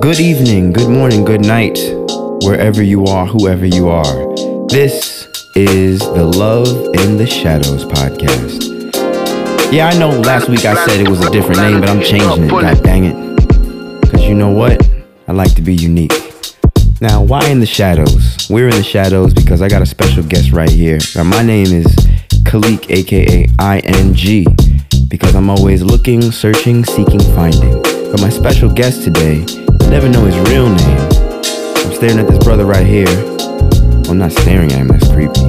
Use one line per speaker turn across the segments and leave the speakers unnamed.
Good evening, good morning, good night, wherever you are, whoever you are. This is the Love in the Shadows podcast. Yeah, I know last week I said it was a different name, but I'm changing it. God dang it. Because you know what? I like to be unique. Now, why in the shadows? We're in the shadows because I got a special guest right here. Now, my name is Kalik, aka ING, because I'm always looking, searching, seeking, finding. But my special guest today, I never know his real name. I'm staring at this brother right here. I'm not staring at him. That's creepy.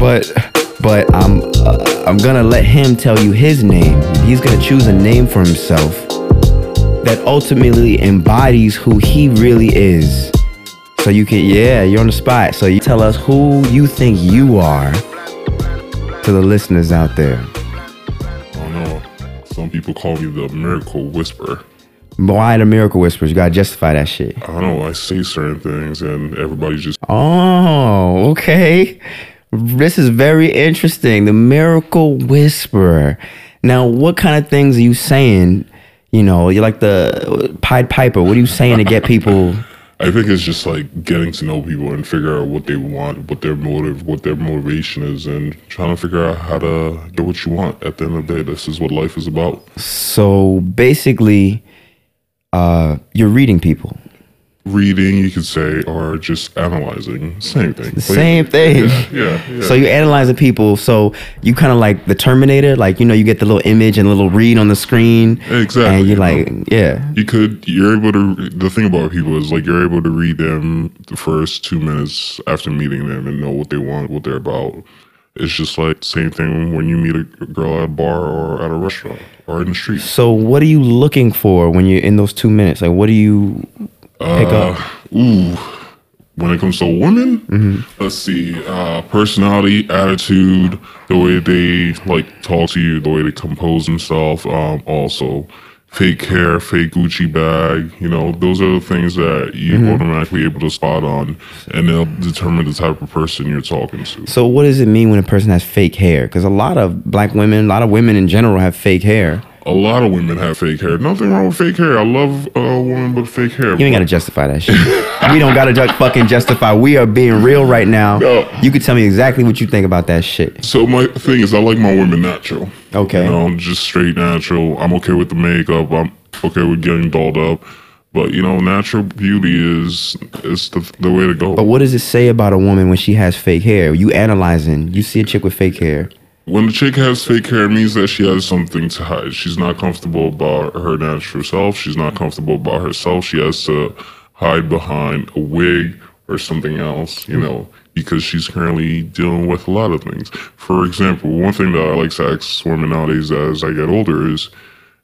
But but I'm uh, I'm gonna let him tell you his name. He's gonna choose a name for himself that ultimately embodies who he really is. So you can yeah, you're on the spot. So you tell us who you think you are to the listeners out there.
I don't know. Some people call me the miracle whisperer.
Why the miracle whispers? You gotta justify that shit.
I don't know. I say certain things and everybody just
Oh, okay. This is very interesting. The miracle whisperer. Now, what kind of things are you saying? You know, you're like the Pied Piper. What are you saying to get people?
I think it's just like getting to know people and figure out what they want, what their motive, what their motivation is, and trying to figure out how to get what you want. At the end of the day, this is what life is about.
So basically, uh, you're reading people.
Reading, you could say, or just analyzing. Same thing.
The same thing.
Yeah. yeah.
So you analyze the people. So you kind of like the Terminator. Like you know, you get the little image and little read on the screen.
Exactly,
And you're
you know.
like, yeah.
you could you're able to the thing about people is like you're able to read them the first two minutes after meeting them and know what they want what they're about it's just like same thing when you meet a girl at a bar or at a restaurant or in the street
So what are you looking for when you're in those two minutes? Like, what do you pick up?
Uh, ooh when it comes to women let's see uh personality attitude the way they like talk to you the way they compose themselves um also fake hair fake gucci bag you know those are the things that you automatically able to spot on and they'll determine the type of person you're talking to
So what does it mean when a person has fake hair? Because a lot of black women, a lot of women in general, have fake hair.
a lot of women have fake hair nothing wrong with fake hair i love a woman with fake hair
You ain't
but-
gotta justify that shit. we don't gotta ju- fucking justify. We are being real right now.
No.
You could tell me exactly what you think about that shit.
So my thing is, I like my women natural.
Okay.
You know, just straight natural. I'm okay with the makeup. I'm okay with getting dolled up, but you know, natural beauty is is the the way to go.
But what does it say about a woman when she has fake hair? You analyzing? You see a chick with fake hair?
When the chick has fake hair, it means that she has something to hide. She's not comfortable about her natural self. She's not comfortable about herself. She has to hide behind a wig or something else, you know, because she's currently dealing with a lot of things. For example, one thing that I like to ask women nowadays as I get older is,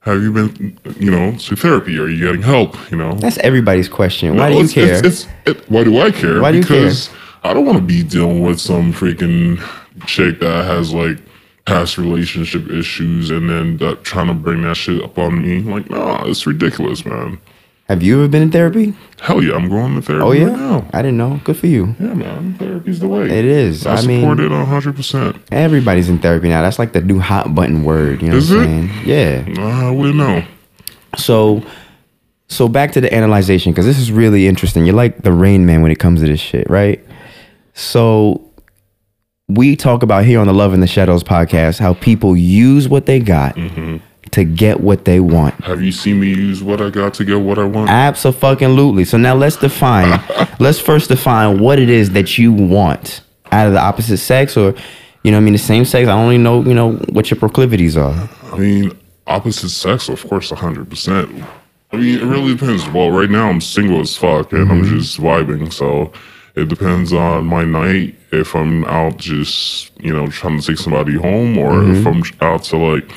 have you been, you know, to therapy? Are you getting help? You know,
That's everybody's question. Why do
no,
you
it's- it's-
care?
it's- it- why do I care?
Why do you care?
because I don't want to be dealing with some freaking chick that has like past relationship issues and then that, trying to bring that shit up on me. Like, nah, it's ridiculous, man.
Have you ever been in therapy?
Hell yeah, I'm going to therapy
Oh
right
yeah.
now.
I didn't know. Good for you.
Yeah, man, therapy's the way.
It is.
I,
I mean-
support it 100%.
Everybody's in therapy now. That's like the new hot button word. You know
Is
what
it?
I'm saying? Yeah.
Nah, I wouldn't know.
So, so back to the analyzation because this is really interesting. You're like the Rain Man when it comes to this shit, right? So, we talk about here on the Love in the Shadows podcast how people use what they got
Mm-hmm.
to get what they want.
Have you seen me use what I got to get what I want?
Absolutely. So now let's define. let's first define what it is that you want out of the opposite sex, or you know, what I mean, the same sex. I only know you know what your proclivities are.
I mean, opposite sex, of course, 100%. I mean, it really depends. Well, right now I'm single as fuck and I'm just vibing. So it depends on my night. If I'm out just, you know, trying to take somebody home or if I'm out to like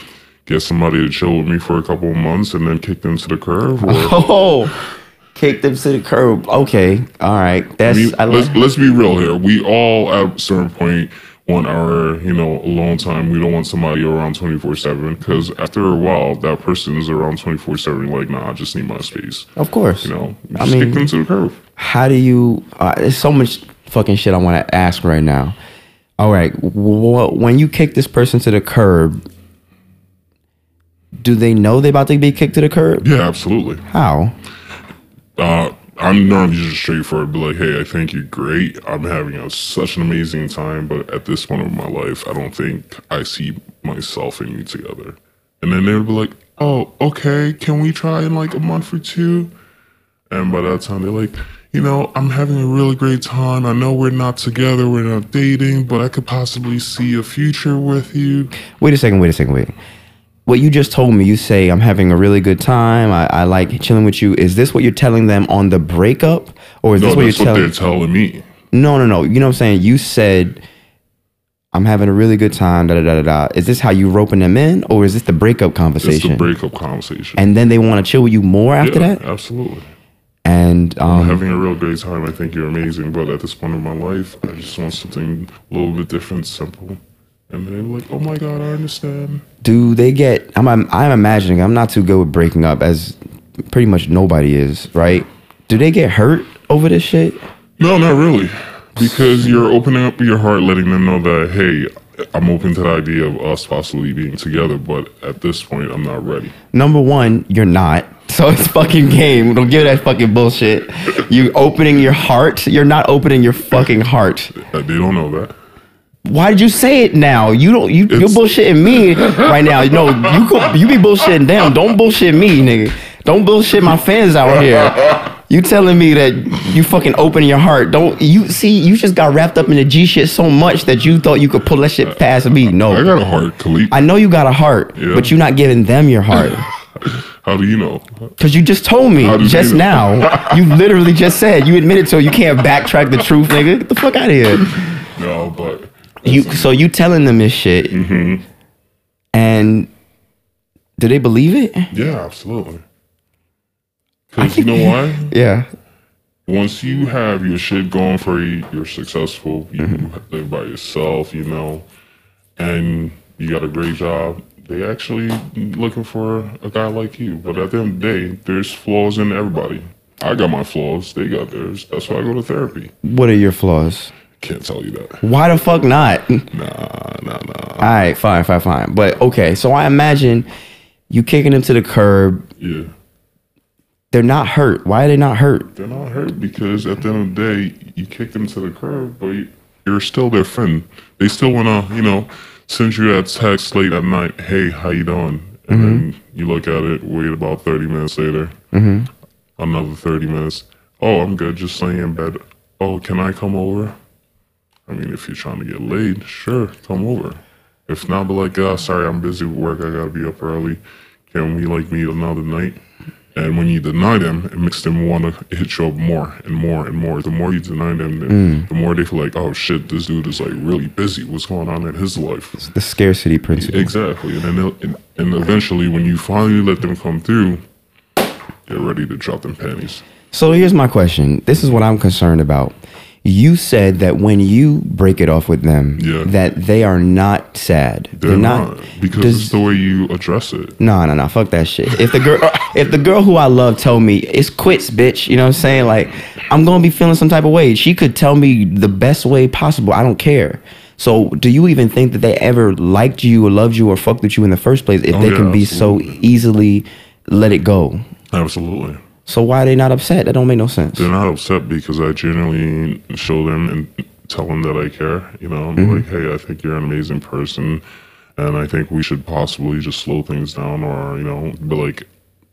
get somebody to chill with me for a couple of months and then kick them to the curb. Or,
Oh, kick them to the curb. Okay, all right. That's
I mean,
I
let's,
like.
let's be real here. We all at a certain point want our, you know, alone time. We don't want somebody around 24 7 because after a while, that person is around 24 7. Like, nah, I just need my space.
Of course.
You know,
I
just
mean-
kick them to the curb.
How do you? Uh, there's so much fucking shit I want to ask right now. All right, wh- when you kick this person to the curb, do they know they're about to be kicked to the curb?
Yeah, absolutely.
How?
Uh, I'm normally just straightforward, be like, hey, I think you're great. I'm having a, such an amazing time, but at this point of my life, I don't think I see myself and you together. And then they would be like, oh, okay, can we try in like a month or two? And by that time, they're like, you know, I'm having a really great time. I know we're not together, we're not dating, but I could possibly see a future with you.
Wait a second, wait a second, wait. What you just told me, you say, I'm having a really good time. I, I like chilling with you. Is this what you're telling them on the breakup? Or is
No,
this what you're
that's what
telling
they're telling me.
No, no, no. You know what I'm saying? You said, I'm having a really good time, da da da da da. Is this how you roping them in? Or is this the breakup
It's
conversation?
the breakup conversation.
and then they want to chill with you more after
yeah,
that?
absolutely.
And um,
I'm having a real great time. I think you're amazing, but at this point in my life, I just want something a little bit different, simple. And then they're like, oh my God, I understand.
do they get I'm, I'm i'm imagining i'm not too good with breaking up as pretty much nobody is right do they get hurt over this shit
No, not really. Because you're opening up your heart, letting them know that, hey, I'm open to the idea of us possibly being together, but at this point, I'm not ready.
number one you're not so it's fucking game don't give that fucking bullshit you opening your heart you're not opening your fucking heart
Uh, They don't know that.
why did you say it now you don't you, you're
It's-
bullshitting me right now no you go, you be bullshitting them don't bullshit me nigga don't bullshit my fans out here you telling me that you fucking open your heart don't you see you just got wrapped up in the g shit so much that you thought you could pull that shit past me
I
no
got a heart, Khalid.
i know you got a heart
Yeah.
but you're not giving them your heart
How do you know?
Cause you just told me
did you
just
know?
now. You literally just said you admitted to it. You can't backtrack the truth, nigga. Get the fuck out of here.
No, but
You so you telling them this shit, Mm-hmm. and do they believe it?
yeah, absolutely. Because you know why?
Yeah.
once you have your shit going for you, you're successful, you live by yourself, you know, and you got a great job, they actually looking for a guy like you. But at the end of the day, there's flaws in everybody. I got my flaws, they got theirs. That's why I go to therapy.
What are your flaws?
Can't tell you that.
Why the fuck not? All
Nah, nah, nah.
right, fine, fine, fine. But okay, so I imagine you kicking them to the curb.
Yeah.
They're not hurt. Why are they not hurt?
They're not hurt because at the end of the day, you kicked them to the curb, but you- you're still their friend. They still wanna, you know, send you a text late at night. Hey, how you doing? And then you look at it. Wait about thirty minutes later. Another thirty minutes. Oh, I'm good. Just laying in bed. Oh, can I come over? I mean, if you're trying to get laid, sure, come over. If not, be like, oh, sorry, I'm busy with work. I gotta be up early. Can we like meet another night? And when you deny them, it makes them want to hit you up more and more and more. The more you deny them, the, the more they feel like, oh shit, this dude is like really busy. What's going on in his life?
The scarcity principle.
Exactly. And then they'll- and, and eventually, when you finally let them come through, they're ready to drop them panties.
So here's my question. This is what I'm concerned about. You said that when you break it off with them,
Yeah.
that they are not sad.
They're, not, because
does-
it's the way you address it.
No, no, no. Fuck that shit. If the girl, if the girl who I love told me it's quits, bitch. You know what I'm saying? Like, I'm gonna be feeling some type of way. She could tell me the best way possible. I don't care. So, do you even think that they ever liked you or loved you or fucked with you in the first place if
Oh,
they
yeah,
can be so
absolutely.
easily let it go?
Absolutely.
So why are they not upset? That don't make no sense.
They're not upset because I genuinely show them and tell them that I care. You know, I'm like, hey, I think you're an amazing person, and I think we should possibly just slow things down, or you know, be like,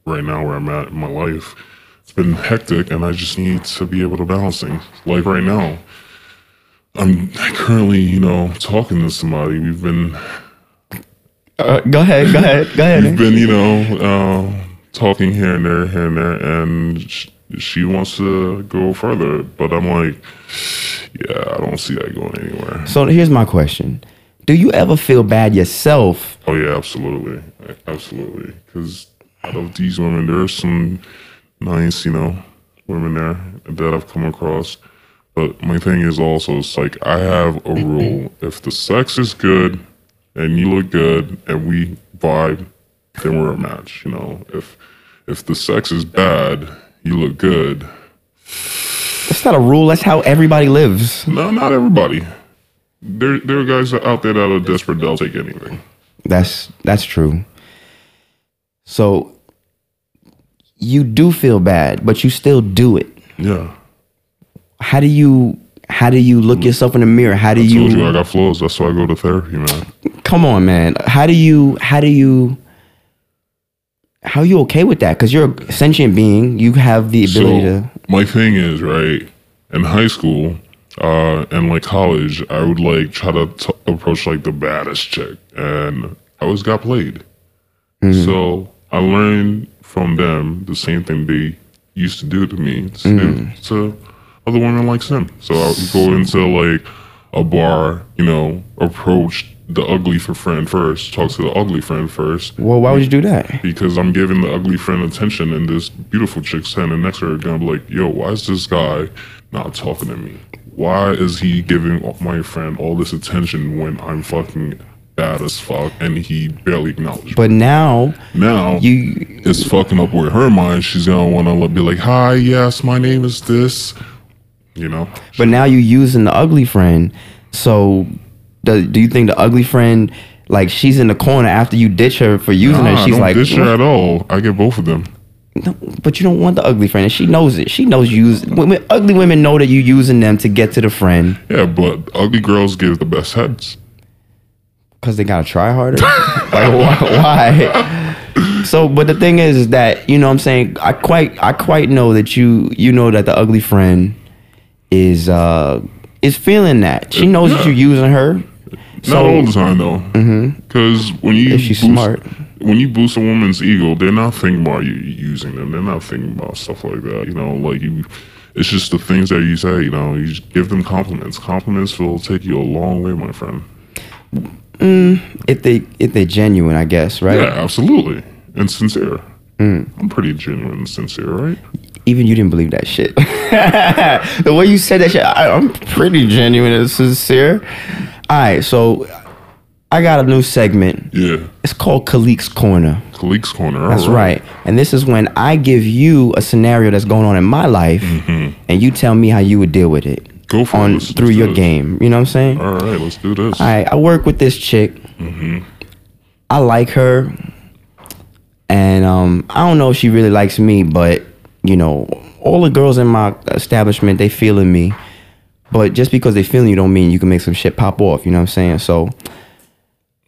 right now where I'm at in my life, it's been hectic, and I just need to be able to balance things. Like right now, I'm currently, you know, talking to somebody. We've been
Uh, go ahead. Go ahead. Go
We've
ahead.
been, you know, uh, talking here and there, here and there, and sh- she wants to go further, but I'm like, yeah, I don't see that going anywhere.
So here's my question: Do you ever feel bad yourself?
Oh yeah, absolutely, absolutely. Because out of these women, there are some nice, you know, women there that I've come across. But my thing is also, it's like I have a rule: if the sex is good and you look good and we vibe, then we're a match. You know, if if the sex is bad, you look good.
That's not a rule. That's how everybody lives.
No, not everybody. There, there are guys out there that are desperate. They'll take anything.
That's that's true. So you do feel bad, but you still do it.
Yeah.
How do you how do you look yourself in the mirror? How do
I
you,
told you I got flaws. That's why I go to therapy, man.
come on, man? How do you how do you how are you okay with that? Because you're a sentient being. You have the ability to
my thing is right in high school uh, and like college, I would like try to t- approach like the baddest chick, and I always got played.
Mm-hmm.
So I learned from them the same thing they used to do to me to,
Mm-hmm.
to other women like them. So I would go into like a bar, you know, approach the ugly for friend first, talk to the ugly friend first,
Well, why would you do that?
because I'm giving the ugly friend attention, and this beautiful chick standing next to her gonna be like, "Yo, why is this guy not talking to me? Why is he giving my friend all this attention when I'm fucking bad as fuck and he barely acknowledges?" me?
But now
Now
you
it's fucking up with her mind. She's gonna wanna be like, "Hi, yes, my name is this," you know.
but now you using the ugly friend. So do, do you think the ugly friend like she's in the corner after you ditch her for using
Nah,
her? She's
don't
like,
dish her at all. I get both of them.
No, but you don't want the ugly friend. And she knows it. She knows you use women, ugly women know that you using them to get to the friend
Yeah, but ugly girls give the best heads.
because they gotta try harder. like why, why? So, but the thing is, is that you know, what I'm saying I quite, I quite know that you, you know that the ugly friend is, uh, is feeling that. She knows that you using her.
Not
So Mm-hmm.
all the time though, because when you
If she's smart.
when you boost a woman's ego, they're not thinking about you using them. They're not thinking about stuff like that. You know, like you, it's just the things that you say. You know, you just give them compliments. Compliments will take you a long way, my friend.
if they, if they're genuine, I guess, right?
Yeah, absolutely, and sincere.
Mm.
I'm pretty genuine and sincere, right?
Even you didn't believe that shit. the way you said that shit, I, I'm pretty genuine and sincere. All right, so I got a new segment.
Yeah,
It's called Khalik's Corner.
colleagues corner.
That's right. And this is when I give you a scenario that's going on in my life, and you tell me how you would deal with it
Mm-hmm. Go for it.
on
Let's-
through
let's do
your
this.
game. You know what I'm saying?
All right, let's do this.
All right, I work with this chick. I like her, and um, I don't know if she really likes me, but you know, all the girls in my establishment they feeling me. But just because they feeling you don't mean you can make some shit pop off. You know what I'm saying? So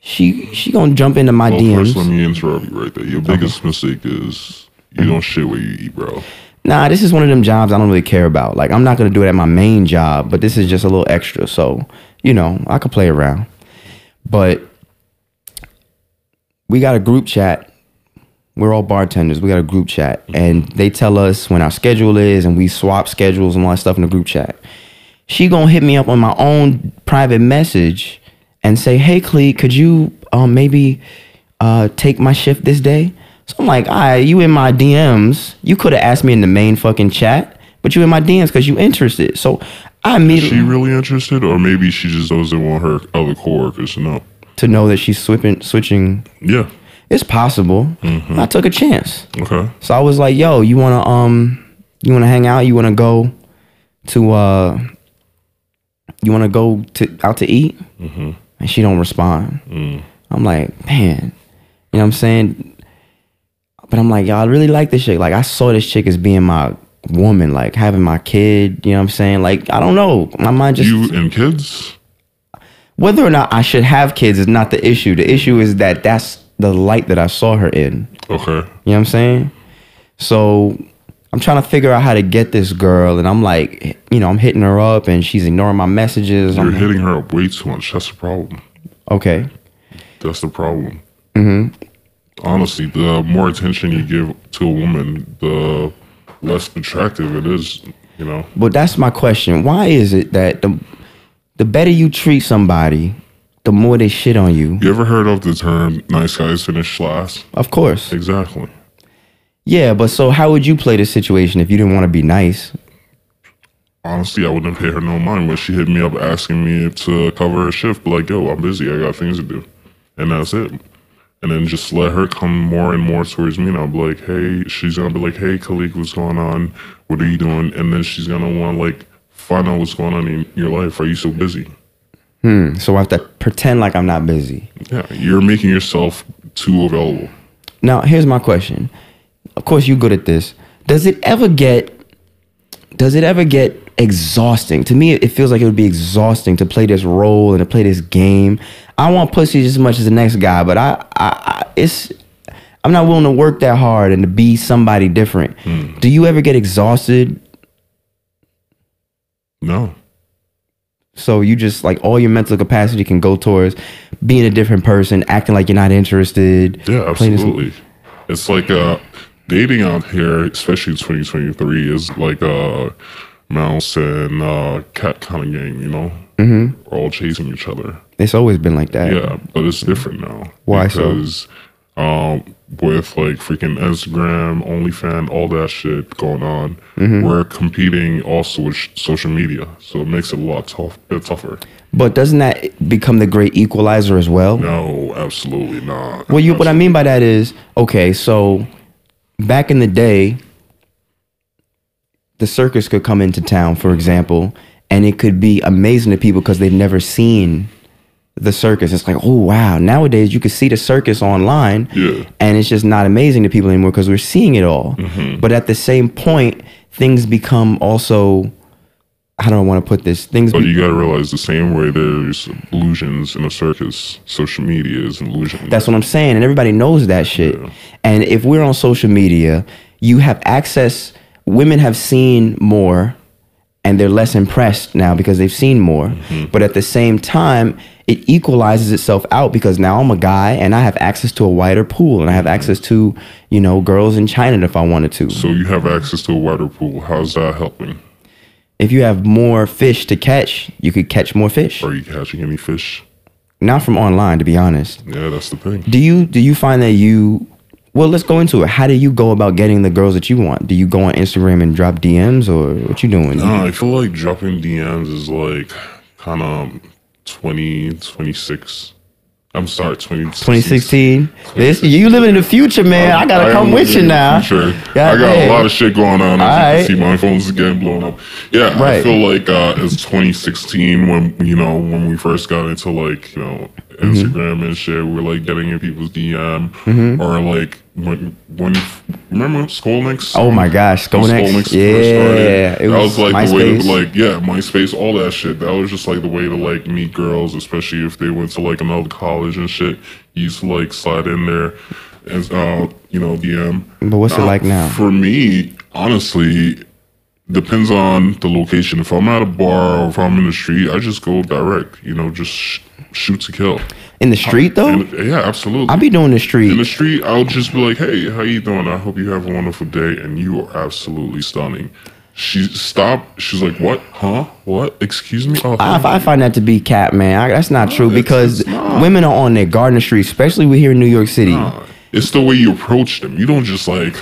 she she gonna jump into my
well,
DMs.
first, let me interrupt you right there. Your biggest mistake is you don't shit what you eat, bro.
nah, this is one of them jobs I don't really care about. Like, I'm not gonna do it at my main job, but this is just a little extra. So, you know, I could play around. But we got a group chat. We're all bartenders. We got a group chat, and they tell us when our schedule is, and we swap schedules and all that stuff in the group chat. She gonna hit me up on my own private message and say, "Hey, Clee, could you um, maybe uh, take my shift this day?" So I'm like, "All right, you in my DMs? You could have asked me in the main fucking chat, but you in my DMs because you interested." So I immediately
she really interested, or maybe she just doesn't want her other coworkers to know.
to know that she's switching. Switching,
Yeah.
it's possible. I took a chance.
Okay.
So I was like, "Yo, you wanna um, you wanna hang out? You wanna go to uh, you wanna go to out to eat?" And she don't respond. I'm like, man, you know what I'm saying? But I'm like, yo, I really like this chick. Like, I saw this chick as being my woman, like having my kid. You know what I'm saying? Like, I don't know. My mind just
You and kids?
whether or not I should have kids is not the issue. The issue is that that's the light that I saw her in.
Okay.
You know what I'm saying? So I'm trying to figure out how to get this girl, and I'm like, you know, I'm hitting her up, and she's ignoring my messages.
You're
I'm,
hitting her up way too much. That's the problem.
okay,
That's the problem. Mm-hmm. Honestly, the more attention you give to a woman, the less attractive it is, you know?
but that's my question. Why is it that the the better you treat somebody, the more they shit on you?
You ever heard of the term nice guys finish last?
Of course.
Exactly.
Yeah, but so how would you play this situation if you didn't want to be nice?
Honestly, I wouldn't pay her no mind when she hit me up asking me to cover her shift. Like, yo, I'm busy. I got things to do. And that's it. And then just let her come more and more towards me. And I'll be like, hey, she's going to be like, hey, Khalik, what's going on? What are you doing? And then she's going to want to, like, find out what's going on in your life. Are you so busy?
So I have to pretend like I'm not busy.
Yeah, you're making yourself too available.
Now, here's my question. of course you're good at this. Does it ever get does it ever get exhausting? To me, it feels like it would be exhausting to play this role and to play this game. I want pussy just as much as the next guy, but I, I, I it's I'm not willing to work that hard and to be somebody different.
Hmm.
Do you ever get exhausted?
No.
So you just like all your mental capacity can go towards being a different person, acting like you're not interested.
Yeah,
playing this-
absolutely. It's like uh, dating out here, especially in 2023, is like uh, a mouse and uh, cat kind of game, you know? Mm-hmm. We're all chasing each other.
It's always been like that.
Yeah, but it's different now.
Why so?
Because um, with like freaking Instagram, OnlyFans, all that shit going on,
Mm-hmm.
we're competing also with sh- social media. So it makes it a lot tough, bit tougher.
But doesn't that become the great equalizer as well?
No, absolutely not.
Well, you what I mean by that is okay. So back in the day, the circus could come into town, for example, and it could be amazing to people because they've never seen the circus. It's like, oh wow! Nowadays, you can see the circus online,
Yeah.
and it's just not amazing to people anymore because we're seeing it all. But at the same point, things become also. I don't want to put this. Things
But you gotta realize the same way there's illusions in a circus, social media is an illusion.
That's what I'm saying, and everybody knows that shit. And if we're on social media, you have access. Women have seen more, and they're less impressed now because they've seen more. But at the same time, it equalizes itself out because now I'm a guy and I have access to a wider pool, and I have access to you know girls in China if I wanted to.
so you have access to a wider pool. How's that helping?
if you have more fish to catch, you could catch more fish.
Are you catching any fish?
Not from online, to be honest.
Yeah, that's the thing.
Do you do you find that you well let's go into it. How do you go about getting the girls that you want? Do you go on Instagram and drop DMs or what you doing?
Uh, I feel like dropping DMs is like kind of 20, 26. I'm sorry, 20,
2016. This you living in the future, man. I gotta come with you now.
Sure.
God
I got
damn.
a lot of shit going on. As
Alright.
you can see, my phone's getting blown up. Yeah,
Right.
I feel like uh, it's 2016 when you know when we first got into like you know
Mm-hmm.
Instagram and shit. We were like getting in people's DM
Mm-hmm.
or like when when remember Skolniks?
Oh my gosh,
When
Skonex.
Skolniks first
Yeah,
started,
it
that
was,
was like the way
MySpace.
to like yeah, MySpace, all that shit. That was just like the way to like meet girls, especially if they went to like another college and shit. You used to like slide in there as uh, you know, DM.
But what's it
Uh,
like now?
For me, honestly, depends on the location. If I'm at a bar or if I'm in the street, I just go direct. You know, just sh- shoot to kill.
In the street though?
And, yeah, absolutely.
I be doing the
in the
street.
street, I'll just be like, "Hey, how you doing? I hope you have a wonderful day, and you are absolutely stunning." She stopped. She's like, "What? Huh? What? Excuse me? Oh,
I, I find that to be cap, man. I, that's not true
it's-
because
it's not.
women are on their garden street, especially we here in New York City.
huh." it's the way you approach them. You don't just like,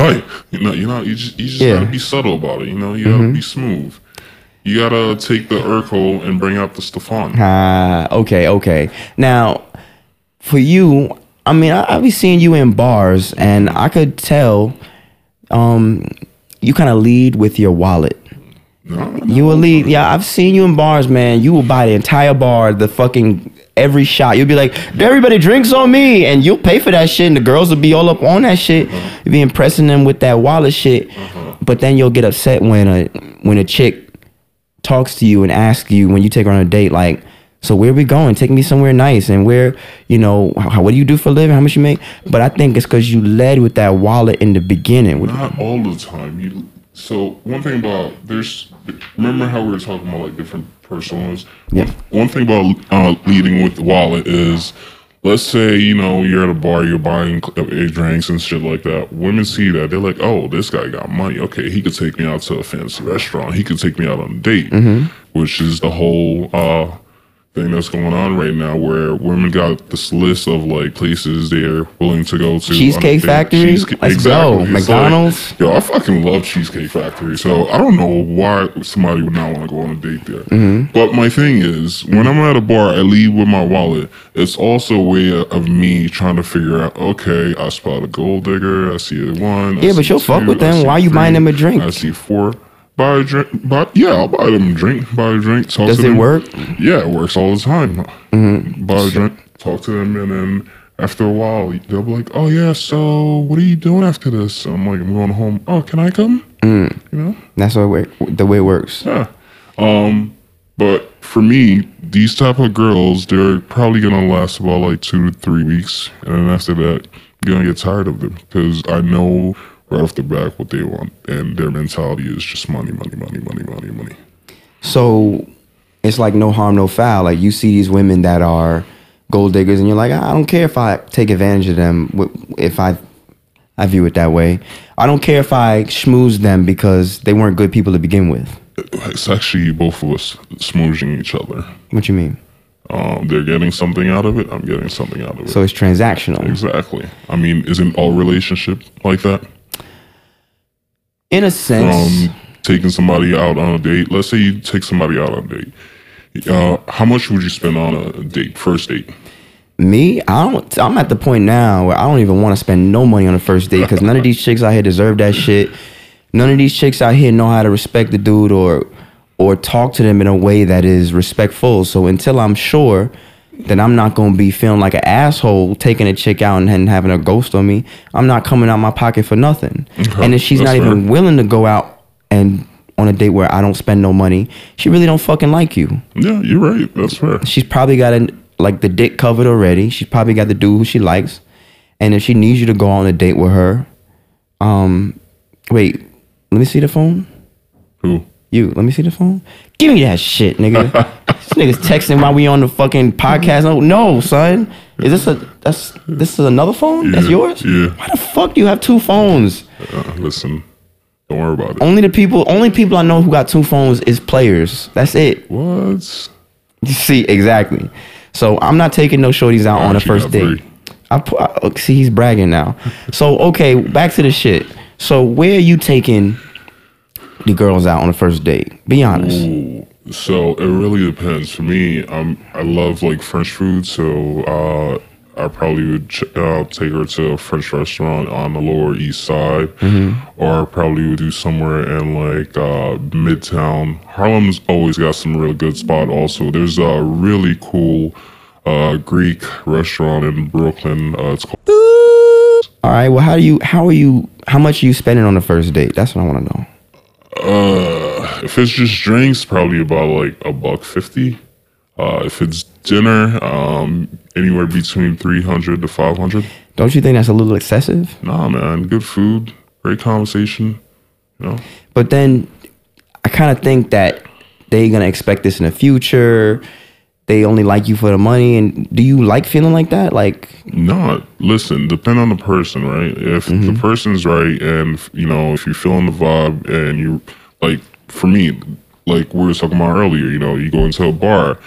"Hey," you know, you know, you just you just
Yeah.
gotta be subtle about it. You know, you gotta be smooth. You gotta take the Urkel and bring out the Stefan.
Ah, okay, okay. Now, for you, I mean, I, I be seeing you in bars, and I could tell, um, you kind of lead with your wallet.
No,
You will lead, yeah. I've seen you in bars, man. You will buy the entire bar, the fucking every shot. You'll be like, everybody drinks on me, and you'll pay for that shit, and the girls will be all up on that shit. You'll be impressing them with that wallet shit, but then you'll get upset when a when a chick talks to you and asks you when you take her on a date, like, so where we going? Take me somewhere nice, and where, you know, how, what do you do for a living? How much you make? But I think it's because you led with that wallet in the beginning. What-
not all the time. You so one thing about there's remember how we were talking about like different personas.
Yeah.
One thing about uh, leading with the wallet is, let's say you know you're at a bar, you're buying uh, drinks and shit like that. Women see that they're like, oh, this guy got money. Okay, he could take me out to a fancy restaurant. He could take me out on a date, which is the whole. uh Thing that's going on right now, where women got this list of like places they're willing to go to. on a
Cheesecake
date.
Factory? Let's go.
It's like-
McDonald's?
Yo, I fucking love Cheesecake Factory, so I don't know why somebody would not want to go on a date there.
Mm-hmm.
But my thing is, when I'm at a bar, I leave with my wallet. It's also a way of- of me trying to figure out, okay, I spot a gold digger, I see a one. I
Yeah, but
see
you'll fuck
two,
with
I
them.
see
Why you buying
three,
them a drink?
I see four. Buy a drink, but yeah, I'll buy them a drink. Buy a drink. Talk
Does
to
it
them.
work? Mm-hmm.
Yeah, it works all the time. Buy a drink, talk to them, and then after a while, they'll be like, "Oh yeah, so what are you doing after this?" I'm like, "I'm going home." Oh, can I come? You know?
That's what it wor- the way it works.
Yeah. Um, but for me, these type of girls, they're probably gonna last about like two to three weeks, and then after that, you're gonna get tired of them because I know right off the bat what they want, and their mentality is just money, money, money, money, money, money.
So it's like no harm, no foul. Like you see these women that are gold diggers, and you're like, I don't care if I take advantage of them. wh- If I, I view it that way. I don't care if I schmooze them because they weren't good people to begin with.
It's actually both of us smooching each other.
What you mean?
Um, they're getting something out of it. I'm getting something out of it.
So it's transactional.
exactly. I mean, isn't all relationship like that?
In a sense,
from taking somebody out on a date. Let's say you take somebody out on a date. Uh, how much would you spend on a date, first date?
me, I don't. I'm at the point now where I don't even want to spend no money on the first date because none of these chicks out here deserve that shit. None of these chicks out here know how to respect the dude or or talk to them in a way that is respectful. So until I'm sure that I'm not gonna be feeling like an asshole taking a chick out and, and having a ghost on me, I'm not coming out my pocket for nothing.
Okay,
and if she's
that's
not
fair.
even willing to go out and on a date where I don't spend no money, she really don't fucking like you
Yeah, you're right. That's fair.
she's probably got an, like the dick covered already. She's probably got the dude who she likes, and if she needs you to go on a date with her, um, wait, let me see the phone.
Who?
You, let me see the phone. Give me that shit, nigga. this nigga's texting while we on the fucking podcast. No, no, son. Is this a that's this is another phone? That's
Yeah,
yours?
yeah.
Why the fuck do you have two phones?
Uh, listen, don't worry about it.
Only the people only people I know who got two phones is players. That's it.
What?
You See, exactly. So I'm not taking no shorties out
Why
on the
don't you
first
got
date.
three?
I, pu- I oh, see he's bragging now. So okay, back to the shit. So where are you taking the girls out on the first date? Be honest.
Ooh, so it really depends. For me, um, I love like French food, so uh, I probably would ch- uh, take her to a French restaurant on the Lower East Side, or I probably would do somewhere in like uh, Midtown. Harlem's always got some real good spot. Also, there's a really cool uh, Greek restaurant in Brooklyn. Uh, it's called.
All right. Well, how do you? How are you? How much are you spending on the first date? That's what I want to know.
Uh, if it's just drinks, probably about like a buck fifty. Uh, if it's dinner, um, anywhere between three hundred to five hundred.
Don't you think that's a little excessive?
Nah, man, good food, great conversation. You know,
But then, I kind of think that they gonna expect this in the future. They only like you for the money. And do you like feeling like that? Like
not listen. Depend on the person, right? If the person's right, and you know, if you're feeling the vibe, and you like, for me, like we were talking about earlier, you know, you go into a bar.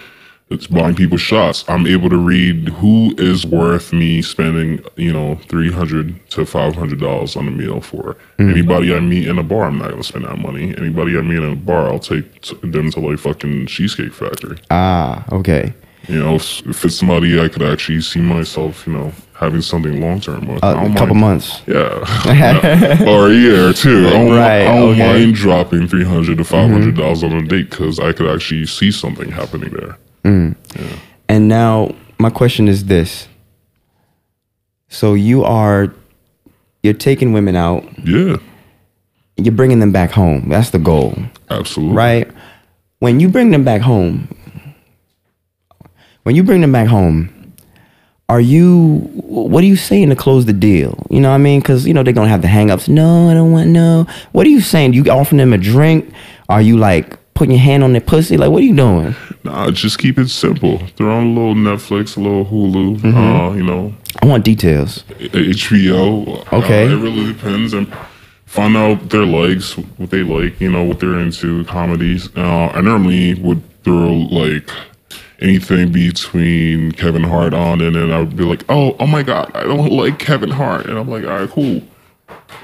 It's buying people shots. I'm able to read who is worth me spending, you know, three hundred to five hundred dollars on a meal for. Anybody I meet in a bar, I'm not gonna spend that money. Anybody I meet in a bar, I'll take t- them to like fucking Cheesecake Factory
ah, okay.
you know, if, if it's somebody I could actually see myself, you know, having something long term with. I
a Uh,
don't
couple
mind-
months.
Yeah. No. or a year or two. I don't,
Right,
I don't
okay. Mm-hmm.
mind dropping 300 to $500 dollars on a date because I could actually see something happening there.
And now my question is this: So you are you're taking women out,
Yeah,
you're bringing them back home. That's the goal,
absolutely.
right? When you bring them back home, when you bring them back home, are you what are you saying to close the deal? You know what I mean? Cuz you know they're going to have the hang-ups. No, I don't want no. What are you saying? You offering them a drink? Are you like putting your hand on their pussy? Like what are you doing?
Nah, just keep it simple. Throw on a little Netflix, a little Hulu,
Mm-hmm.
uh, you know,
I want details.
HBO.
Okay.
Uh, it really depends and find out their likes, what they like, you know, what they're into, comedies. Uh, I normally would throw like anything between Kevin Hart on, and then I would be like, oh, oh my God, I don't like Kevin Hart. And I'm like, all right, cool.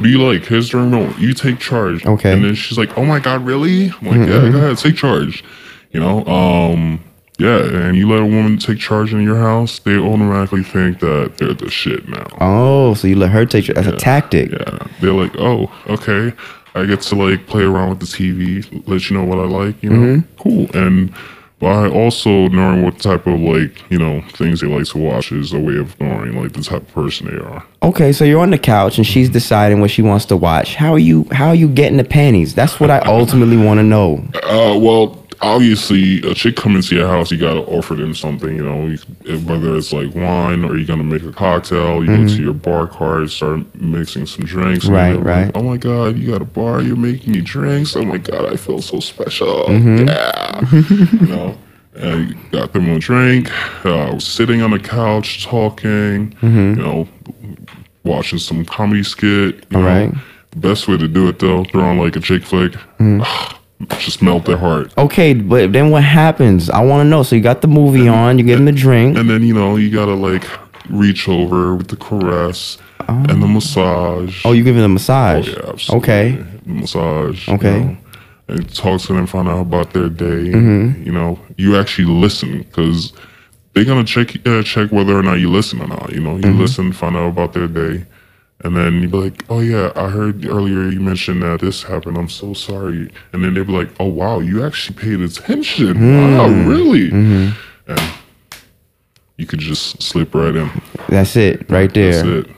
Do you like his or no? You take charge.
Okay. Mm-hmm,
And then she's like, oh my God, really? I'm like, yeah, go ahead, take charge. You know, um, yeah, and you let a woman take charge in your house, they automatically think that they're the shit now.
Oh, so you let her take your as a tactic.
Yeah, they're like, oh, okay.
Mm-hmm.
I get to like play around with the TV, let you know what I like, you know, cool. And by also knowing what type of like you know things they like to watch is a way of knowing like the type of person they are.
Okay, so you're on the couch and
Mm-hmm.
she's deciding what she wants to watch. How are you? How are you getting the panties? That's what I ultimately want to know.
Uh, well, obviously, a chick coming to your house, you gotta offer them something, you know, you- whether it's like wine or you're gonna make a cocktail, you go to your bar cart, start mixing some drinks.
Mm-hmm.
and
Right,
they're
right.
Like, oh my God, you got a bar, you're making me drinks. Oh my God, I feel so special.
Mm-hmm.
Yeah. you know? And you got them a drink, uh, sitting on the couch, talking,
Mm-hmm.
you know, watching some comedy skit. you
All
know.
right.
The best way to do it though, throw on like a chick flick,
Mm-hmm.
just melt their heart.
Okay, but then what happens? I want to know. So you got the movie on. You give them the drink.
Mm-hmm. And then, you know, you gotta like reach over with the caress and the massage.
Oh, you give them a massage.
Oh, yeah, absolutely.
okay.
The massage. you
Okay.
know, and talk to them, find out about their day.
Mm-hmm.
You know, you actually listen because they're gonna check uh, check whether or not you listen or not. You know, you
Mm-hmm.
listen, find out about their day, and then you be like, "Oh yeah, I heard earlier you mentioned that this happened. I'm so sorry." And then they be like, "Oh wow, you actually paid attention.
Mm.
Wow, really?"
Mm-hmm.
And you could just slip right in.
That's it right there.
That's it.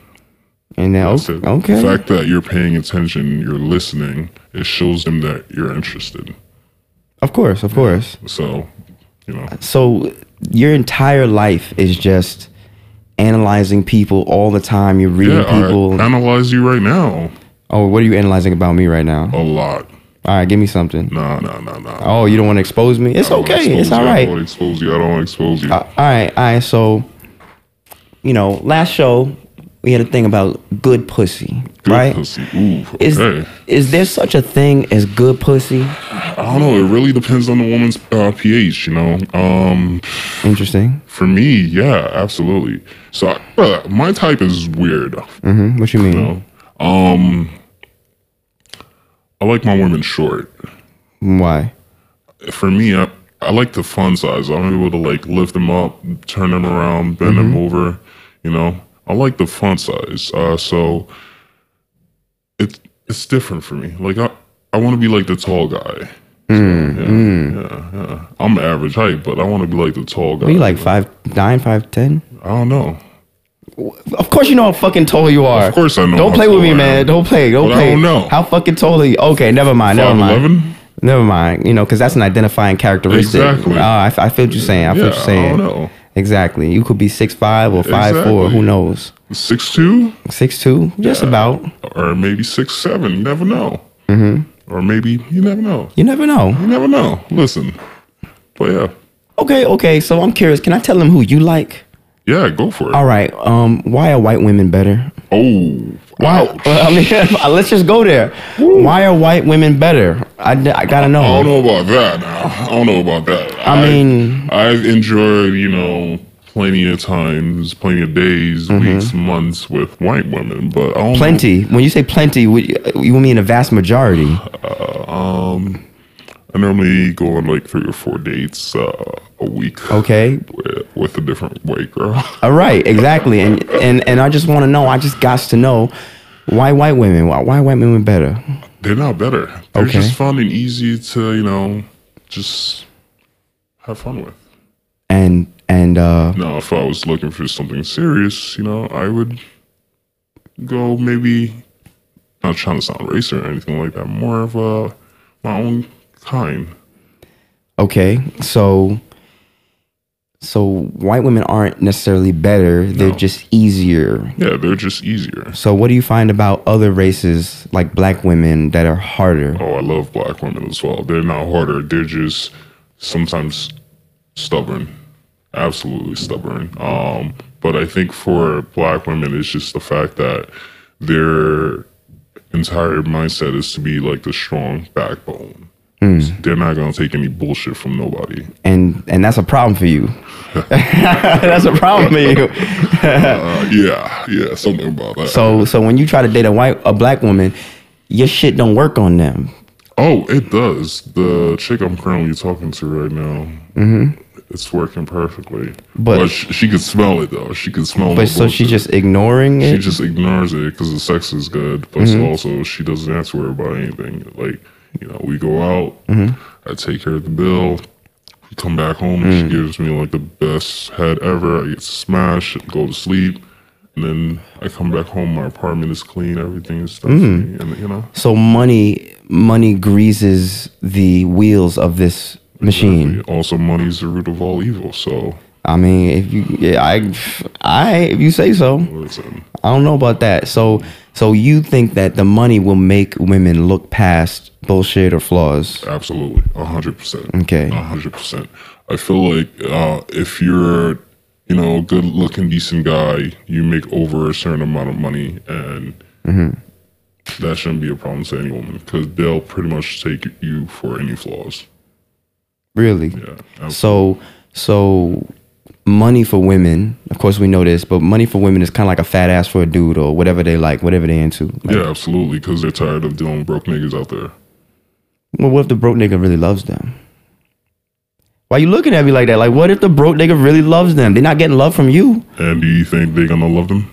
And then
That's it.
okay. Oh, okay.
The fact that you're paying attention, you're listening, it shows them that you're interested.
Of course, of course.
So, you know,
so your entire life is just analyzing people all the time. You're reading
yeah,
people.
I analyze you right now
oh, what are you analyzing about me right now?
a lot.
All right, give me something.
Nah, nah, nah, nah.
Oh, you don't want to expose me? It's
I don't
okay.
expose
It's
you,
all
I
right.
don't expose you. I don't expose you.
Uh, all right, all right. So, you know, last show we had a thing about good pussy,
Good
right?
pussy. Ooh, okay.
Is is there such a thing as good pussy?
I don't know. It really depends on the woman's uh, pH, you know. Um,
Interesting.
for me, yeah, absolutely. So, uh, my type is weird.
hmm What you mean?
know? Um, I like my women short.
Why?
For me, I, I like the fun size. I'm able to like lift them up, turn them around, bend them
Mm-hmm.
over. You know, I like the fun size. Uh, so it's it's different for me. Like I I want to be like the tall guy.
Hmm,
So, yeah, yeah, yeah. I'm average height, but I want to be like the tall guy.
What are you like five nine, five ten?
I don't know.
Of course you know how fucking tall you are.
Of course I know
Don't
how
play
tall
with
I
me,
am.
man. Don't play. Don't
But I
play.
don't know.
How fucking tall are you? Okay, never mind. Never mind.
5'11"?
Never mind. You know, because that's an identifying characteristic.
Exactly.
Uh, I, I feel what you're saying. I feel
Yeah,
what you're saying.
I don't know.
Exactly. You could be six five or five four.
Exactly.
Who knows?
Six two.
Six two, just about.
or maybe six seven. You never know. Mm-hmm. Or maybe you never know.
You never know.
You never know. Listen, but yeah,
Okay, okay. So I'm curious. Can I tell them who you like?
yeah, go for it.
All right. Um, why are white women better?
Oh, wow.
Well, I mean, let's just go there. Why are white women better? I, I gotta know.
I don't know about that. I don't know about that.
I mean-
I've enjoyed you know plenty of times, plenty of days, weeks, months with white women, but I don't know-
Mm-hmm. Plenty. When you say plenty, what- you mean a vast majority.
um, I normally go on like three or four dates uh, a week.
Okay.
With, with a different white girl.
All right. Exactly. And and and I just want to know. I just got to know why white women. Why, why white women better?
They're not better. They're
Okay.
just fun and easy to, you know, just have fun with.
And and uh,
Now, if I was looking for something serious, you know, I would go maybe, not trying to sound racist or anything like that, more of a, my own kind.
okay. So so white women aren't necessarily better. They're just easier.
Yeah, they're just easier.
So what do you find about other races like black women that are harder?
Oh, I love black women as well. They're not harder. They're just sometimes stubborn, absolutely stubborn. Um, but I think for black women, it's just the fact that their entire mindset is to be like the strong backbone. They're not gonna take any bullshit from nobody.
And and that's a problem for you. that's a problem for you.
Uh, yeah, yeah, something about that.
So so when you try to date a white a black woman, your shit don't work on them.
Oh, it does. The chick I'm currently talking to right now, it's working perfectly.
Mm-hmm. But-
But, she, she could smell it though. She could smell.
But
the
so she
bullshit.
just ignoring
she
it.
just ignores it because the sex is good, but
Mm-hmm.
also she doesn't have
Mm-hmm.
to worry about anything. Like you know, we go out, I take care of the bill, we come back home and
Mm.
she gives me like the best head ever. I get smashed and go to sleep. And then I come back home, my apartment is clean, everything is stuff.
Mm.
And you know,
So money money greases the wheels of this machine.
also money is the root of all evil. So
I mean, if you yeah, I I if you say so.
listen,
I don't know about that. So so you think that the money will make women look past bullshit or flaws?
absolutely, a hundred percent.
Okay.
a hundred percent. I feel like uh, if you're, you know, a good-looking, decent guy, you make over a certain amount of money, and that shouldn't be a problem to any woman because they'll pretty much take you for any flaws.
Really?
Yeah, abs-
So so money for women, of course we know this, but money for women is kind of like a fat ass for a dude or whatever they like, whatever they into. Like,
yeah, absolutely, because they're tired of dealing with broke niggas out there.
Well, what if the broke nigga really loves them? Why you looking at me like that? Like, what if the broke nigga really loves them? They're not getting love from you,
And do you think they're gonna love them?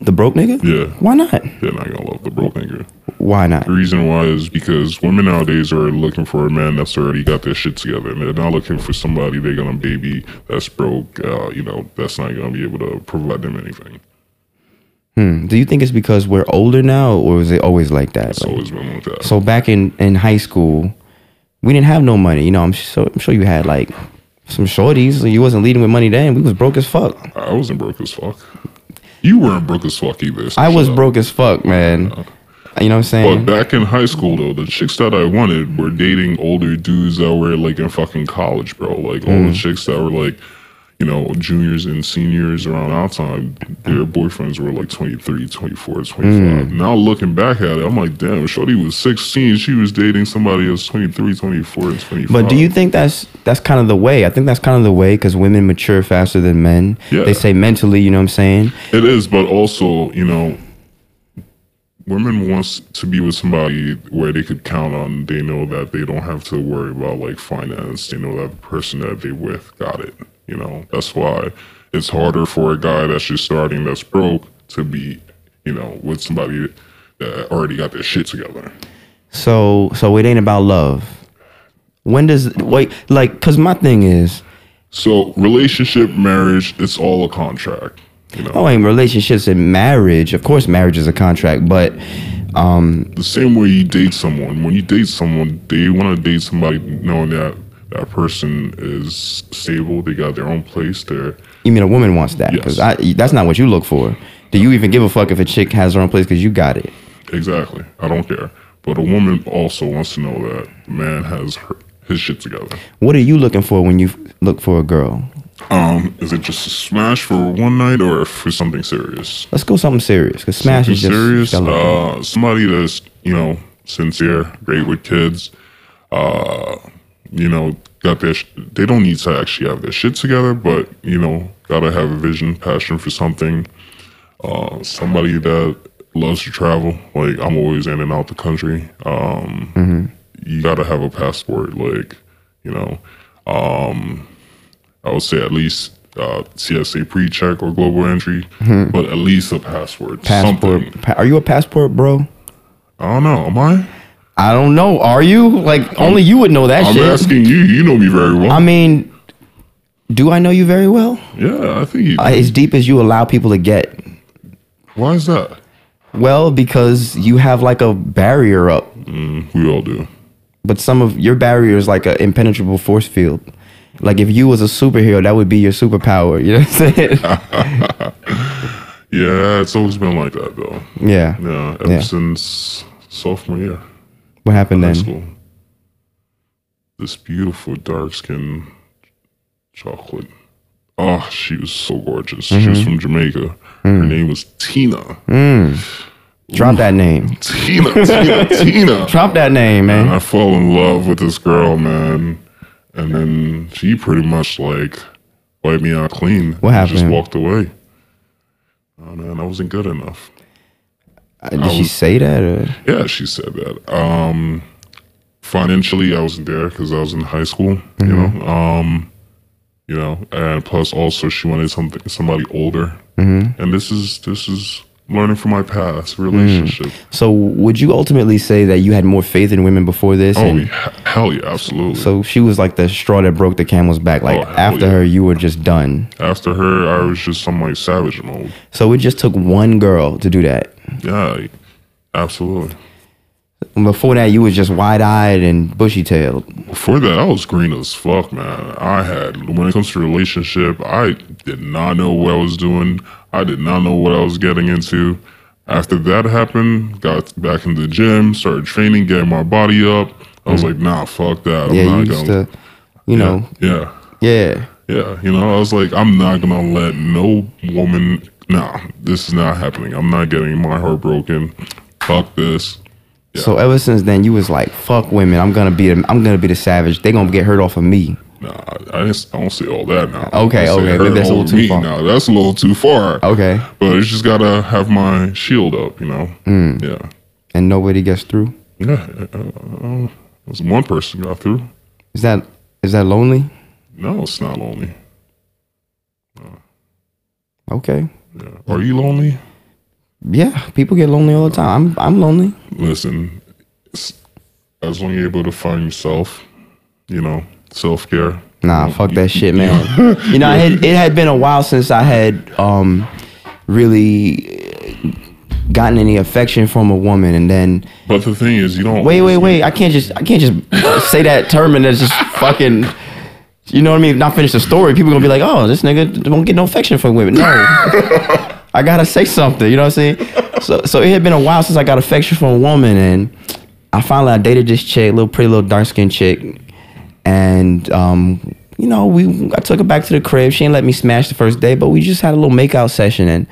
the broke nigga.
Yeah,
Why not?
they're not gonna love the broke nigga.
Why not?
The reason why is because women nowadays are looking for a man that's already got their shit together, and they're not looking for somebody they're gonna baby that's broke. Uh, you know, that's not gonna be able to provide them anything.
Hmm. Do you think it's because we're older now, or was it always like that?
It's always been like that.
So back in in high school, we didn't have no money. You know, I'm so I'm sure you had like some shorties. So you wasn't leading with money then. We was broke as fuck.
I wasn't broke as fuck. You weren't broke as fuck either. so
I was
shut up.
broke as fuck, man. You know what I'm
But
saying?
back in high school, though, the chicks that I wanted were dating older dudes that were like in fucking college, bro. Like all
Mm.
the chicks that were like, you know, juniors and seniors around our time,
Mm.
their boyfriends were like 23, 24, 25. Now looking back at it, I'm like, damn, Shorty was 16. She was dating somebody that's 23, 24, and 25.
But do you think that's that's kind of the way? I think that's kind of the way because women mature faster than men.
Yeah.
They say mentally, you know what I'm saying?
It is, but also, you know, women wants to be with somebody where they could count on. They know that they don't have to worry about like finance. They know that the person that they with got it. You know, that's why it's harder for a guy that's just starting that's broke to be, you know, with somebody that already got their shit together.
So so it ain't about love. When does wait like? Cause my thing is,
So relationship, marriage, it's all a contract. You know,
oh, in relationships and marriage, of course, marriage is a contract, but
the same way you date someone. When you date someone, they want to date somebody knowing that that person is stable. They got their own place. They're
you mean a woman wants that?
Yes.
Because I that's not what you look for. Do you even give a fuck if a chick has her own place? Cause you got it.
exactly. I don't care. But a woman also wants to know that the man has her, his shit together.
What are you looking for when you look for a girl?
Um, is it just a smash for one night or for something serious?
Let's go something serious. Cause smash
Something
is just
serious.
shallow.
Uh, somebody that's you know sincere, great with kids. Uh, you know, got their. Sh- they don't need to actually have their shit together, but you know, gotta have a vision, passion for something. Uh, somebody that loves to travel. Like I'm always in and out the country. Um,
Mm-hmm.
you gotta have a passport. Like you know, um, I would say at least uh, CSA pre-check or global entry, but at least a passport.
Mm-hmm. passport.
Something.
Pa- are you a passport, bro?
I don't know. Am I?
I don't know. Are you like only you would know that
I'm
shit?
asking you. You know me very well.
I mean, do I know you very well?
yeah, I think. You,
Uh, As deep as you allow people to get.
why is that?
Well, because you have like a barrier up,
Mm, We all do.
but some of your barrier is like an impenetrable force field. Like if you was a superhero, that would be your superpower. You know what I'm saying?
Yeah, it's always been like that though.
yeah.
Yeah, ever
Yeah.
since sophomore year,
What happened
high
then?
school. This beautiful dark skinned chocolate. Oh, she was so gorgeous. She
Mm-hmm.
was from Jamaica.
Mm.
Her name was Tina.
Drop that name.
Tina, Tina, Tina.
Drop that name,
And
man.
I fell in love with this girl, man. And then she pretty much like wiped me out clean.
What
and Just
happened?
walked away. Oh man, I wasn't good enough. Uh-huh.
Uh, Did she say that? Or?
Yeah, she said that. Um, financially, I wasn't there because I was in high school. You
Mm-hmm.
know, um,
Mm-hmm.
you know, and plus also she wanted something somebody older. And this is this is learning from my past relationship.
So would you ultimately say that you had more faith in women before this?
Oh,
and
yeah, hell yeah, absolutely.
So she was like the straw that broke the camel's back. Like
Oh, hell
after
yeah.
her, you were just done.
After her, I was just some like savage mode.
So it just took one girl to do that.
Yeah, absolutely.
And Before that, you was just wide eyed and bushy tailed.
Before that, I was green as fuck, man. I had when it comes to relationship, I did not know what I was doing. I did not know what I was getting into. After that happened, got back in the gym, started training, getting my body up. I was like, nah, fuck that.
Mm.
I'm
Yeah, you
not
used
gonna.
to, you know,
yeah,
yeah.
yeah. You know, I was like, I'm not gonna let no woman. Nah, this is not happening. I'm not getting my heart broken. Fuck this.
So ever since then, you was like, "Fuck women, I'm gonna be, the, I'm gonna be the savage. They gonna get hurt off of me."
Nah, I, I didn't- I don't see all that now.
Okay,
I say
okay,
her
but that's a little
over
too
me
far. Oh.
Now. That's a little too far.
Okay,
But it's just gotta have my shield up, you know.
Hmm.
Yeah,
and nobody gets through.
yeah. uh, Uh, uh, there's one person got through.
Is that is that lonely?
No, it's not lonely.
Okay,
Yeah. Are you lonely?
yeah, people get lonely all the time. I'm I'm lonely.
Listen, it's- as long as you're able to find yourself, you know, self care.
Nah, fuck that shit, man. you know, I had, it had been a while since I had um, really gotten any affection from a woman, and then
But the thing is, you don't.
wait, wait, wait. I can't just I can't just say that term and that's just fucking. You know what I mean? Not finish the story. People gonna be like, "Oh, this nigga don't get no affection for women." No, I gotta say something. You know what I'm saying? So, so it had been a while since I got affection from a woman, and I finally I dated this chick, little pretty little dark skinned chick, and um, you know we I took her back to the crib. She didn't let me smash the first day, but we just had a little makeout session, and